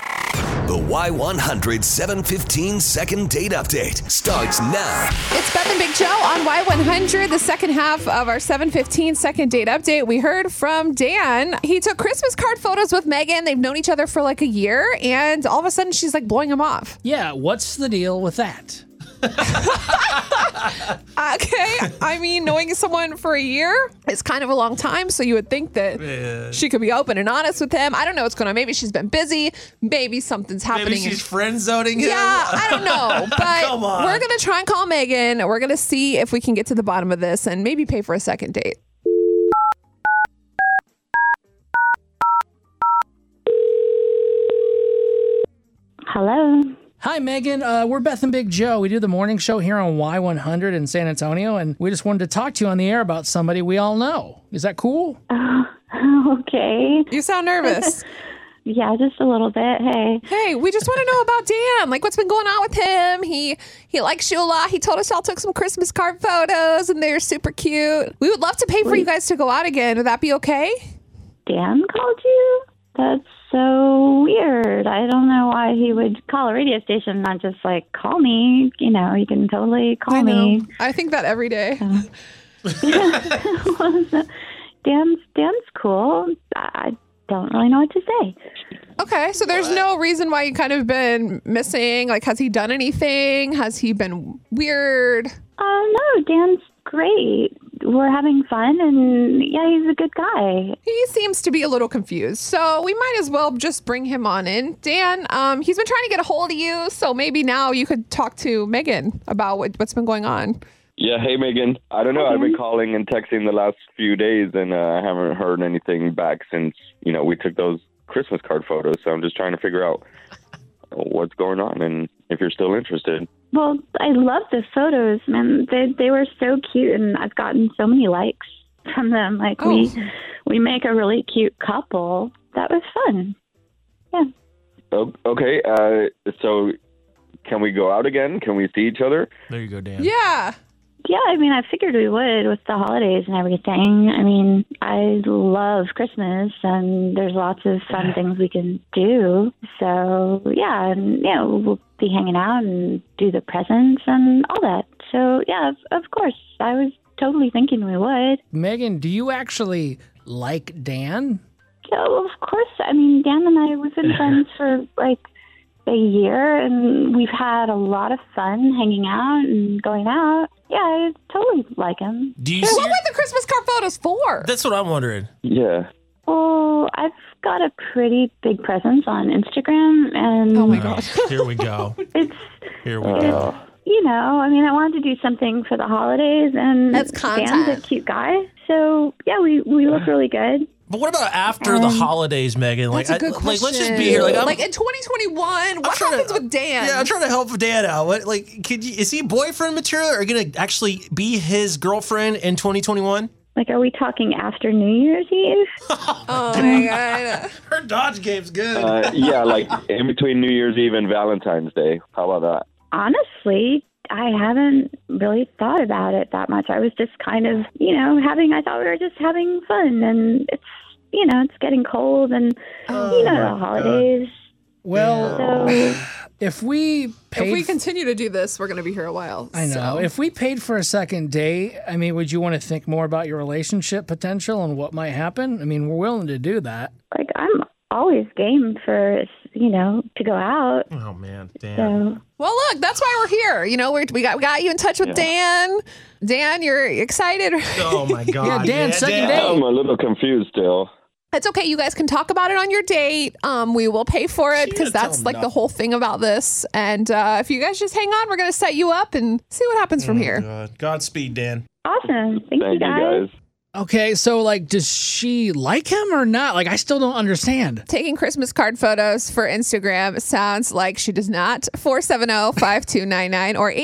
The Y100 715 second date update starts now. It's Beth and Big Joe on Y100, the second half of our 715 second date update. We heard from Dan. He took Christmas card photos with Megan. They've known each other for like a year, and all of a sudden she's like blowing him off. Yeah, what's the deal with that? Okay. I mean, knowing someone for a year is kind of a long time, so you would think that she could be open and honest with him. I don't know what's going on. Maybe she's been busy. Maybe something's happening. Maybe in- she's friend zoning him. Yeah, I don't know. Come But on. we're going to try and call Megan. We're going to see if we can get to the bottom of this and maybe pay for a second date. Hello. Hi, Megan. Uh, we're Beth and Big Joe. We do the morning show here on Y100 in San Antonio, and we just wanted to talk to you on the air about somebody we all know. Is that cool? Okay. You sound nervous. Yeah, just a little bit. Hey. hey, we just want to know about Dan. Like, what's been going on with him? He he likes you a lot. He told us y'all took some Christmas card photos, and they're super cute. We would love to pay for you guys to go out again. Would that be okay? Dan called you? That's so weird. I don't know why he would call a radio station, not just like call me. You know, you can totally call me. I think that every day. Dan's Dan's cool. I I don't really know what to say. Okay, so there's no reason why you kind of been missing. Like, has he done anything? Has he been weird? Uh, no, Dan's great. We're having fun, and yeah, he's a good guy. He seems to be a little confused, so we might as well just bring him on in. Dan, um, he's been trying to get a hold of you, so maybe now you could talk to Megan about what, what's been going on. Yeah, hey Megan. I don't know. I've been calling and texting the last few days, and uh, I haven't heard anything back since you know we took those Christmas card photos. So I'm just trying to figure out what's going on and if you're still interested. Well, I love the photos, man. They they were so cute, and I've gotten so many likes from them. Like Oh. we we make a really cute couple. That was fun. O- Oh, Okay, uh, so can we go out again? Can we see each other? There you go, Dan. Yeah. Yeah, I mean, I figured we would with the holidays and everything. I mean, I love Christmas, and there's lots of fun things we can do. So yeah, and you know, we'll be hanging out and do the presents and all that. So yeah, of, of course, I was totally thinking we would. Megan, do you actually like Dan? Yeah, well, of course. I mean, Dan and I, we've been friends for like a year, and we've had a lot of fun hanging out and going out. Yeah, I totally like him. Do you What see? were the Christmas card photos for? That's what I'm wondering. Yeah. Well, I've got a pretty big presence on Instagram, and oh my Oh, god. here we go. it's, Here we go. you know, I mean, I wanted to do something for the holidays, and That's Dan's content. a cute guy. So, yeah, we, we look really good. But what about after the holidays, Megan? Like, That's a I- good question. like let's just be here. Like, I'm, in 2021, what trying to- happens with Dan? yeah, I'm trying to help Dan out. What, like, could you, is he boyfriend material or going to actually be his girlfriend in 2021? Like, are we talking after New Year's Eve? oh my god. Her dodge game's good. Uh, yeah, like in between New Year's Eve and Valentine's Day. How about that? honestly, I haven't really thought about it that much. I was just kind of, you know, having, I thought we were just having fun and it's, you know, it's getting cold and, you know, the holidays. Well, So, if we paid, If we continue to do this, we're gonna be here a while. I know. If we paid for a second date, I mean, would you want to think more about your relationship potential and what might happen? I mean, we're willing to do that. like, I'm always game for, you know, to go out. Oh, man. Dan. So, Well, look, that's why we're here. You know, we're, we got we got you in touch with Dan. Dan, you're excited. Oh, my God. Yeah, Dan, second date. I'm a little confused still. It's okay. You guys can talk about it on your date. Um, we will pay for it because didn't tell that's him like the nothing. whole thing about this. And uh, if you guys just hang on, we're gonna set you up and see what happens from here. God. Godspeed, Dan. awesome. Thank, Thank you guys. Okay, so like, does she like him or not? Like, I still don't understand. taking Christmas card photos for Instagram sounds like she does not. oh, 470-5299 or oh,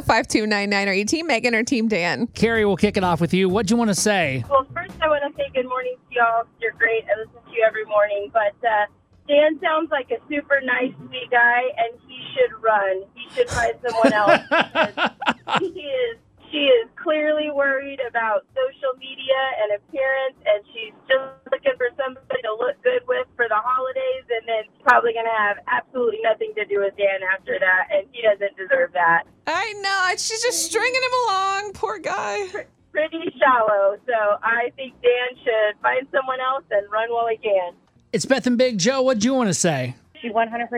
877-470-5299. Are you team Megan or team Dan? Carrie, we'll kick it off with you. What do you want to say? Well, first I want to say good morning to y'all. You're great. I listen to you every morning. But uh, Dan sounds like a super nice, sweet guy, and he should run. He should find someone else. because he is. She is clearly worried about social media and appearance, and she's just looking for somebody to look good with for the holidays. And commitment's probably going to have absolutely nothing to do with Dan after that, and he doesn't deserve that. I know. She's just stringing him along. Poor guy. Pretty shallow, so I think Dan should find someone else and run while he can. It's Beth and Big Joe. What do you want to say? She 100%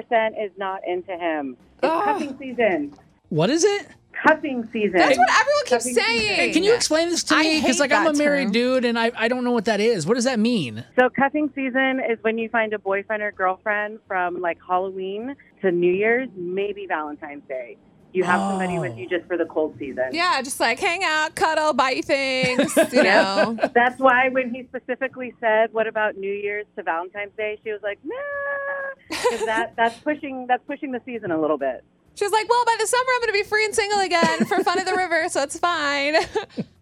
is not into him. It's Ugh. cuffing season. What is it? Cuffing season. That's what everyone keeps saying. Can you explain this to I me? hate Because like that I'm a married term. dude and I, I don't know what that is. What does that mean? so cuffing season is when you find a boyfriend or girlfriend from like Halloween to New Year's, maybe Valentine's Day. You have somebody with Oh. you just for the cold season. Yeah, just like hang out, cuddle, buy you things. You know. That's why when he specifically said, "What about New Year's to Valentine's Day?" she was like, "Nah," 'cause that that's pushing that's pushing the season a little bit. She's like, well, by the summer I'm going to be free and single again for fun at the river, so it's fine.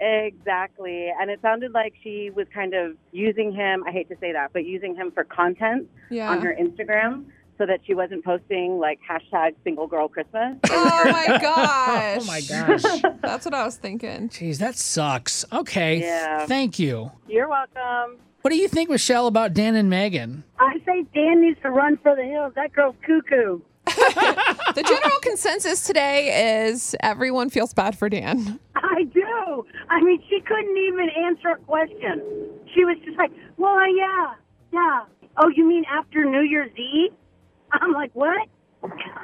Exactly. And it sounded like she was kind of using him, I hate to say that, but using him for content Yeah. on her Instagram so that she wasn't posting like hashtag single girl Christmas. oh my gosh. Oh my gosh. That's what I was thinking. Jeez, that sucks. Okay. Yeah. Thank you. You're welcome. What do you think, Michelle, about Dan and Megan? I say Dan needs to run for the hills. That girl's cuckoo. The general consensus today is everyone feels bad for Dan. I do. I mean, she couldn't even answer a question. She was just like, well, yeah, yeah. Oh, you mean after New Year's Eve? I'm like, what?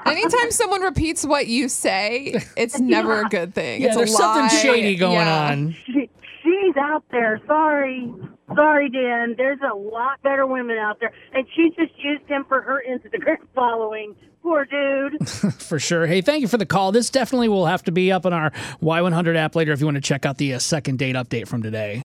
Anytime someone repeats what you say, it's never a good thing. Yeah, it's a there's lie. something shady going Yeah. on. She, she's out there. Sorry. Sorry, Dan. There's a lot better women out there. And she just used him for her Instagram following. Poor dude. For sure. Hey, thank you for the call. This definitely will have to be up on our Y100 app later if you want to check out the uh, second date update from today.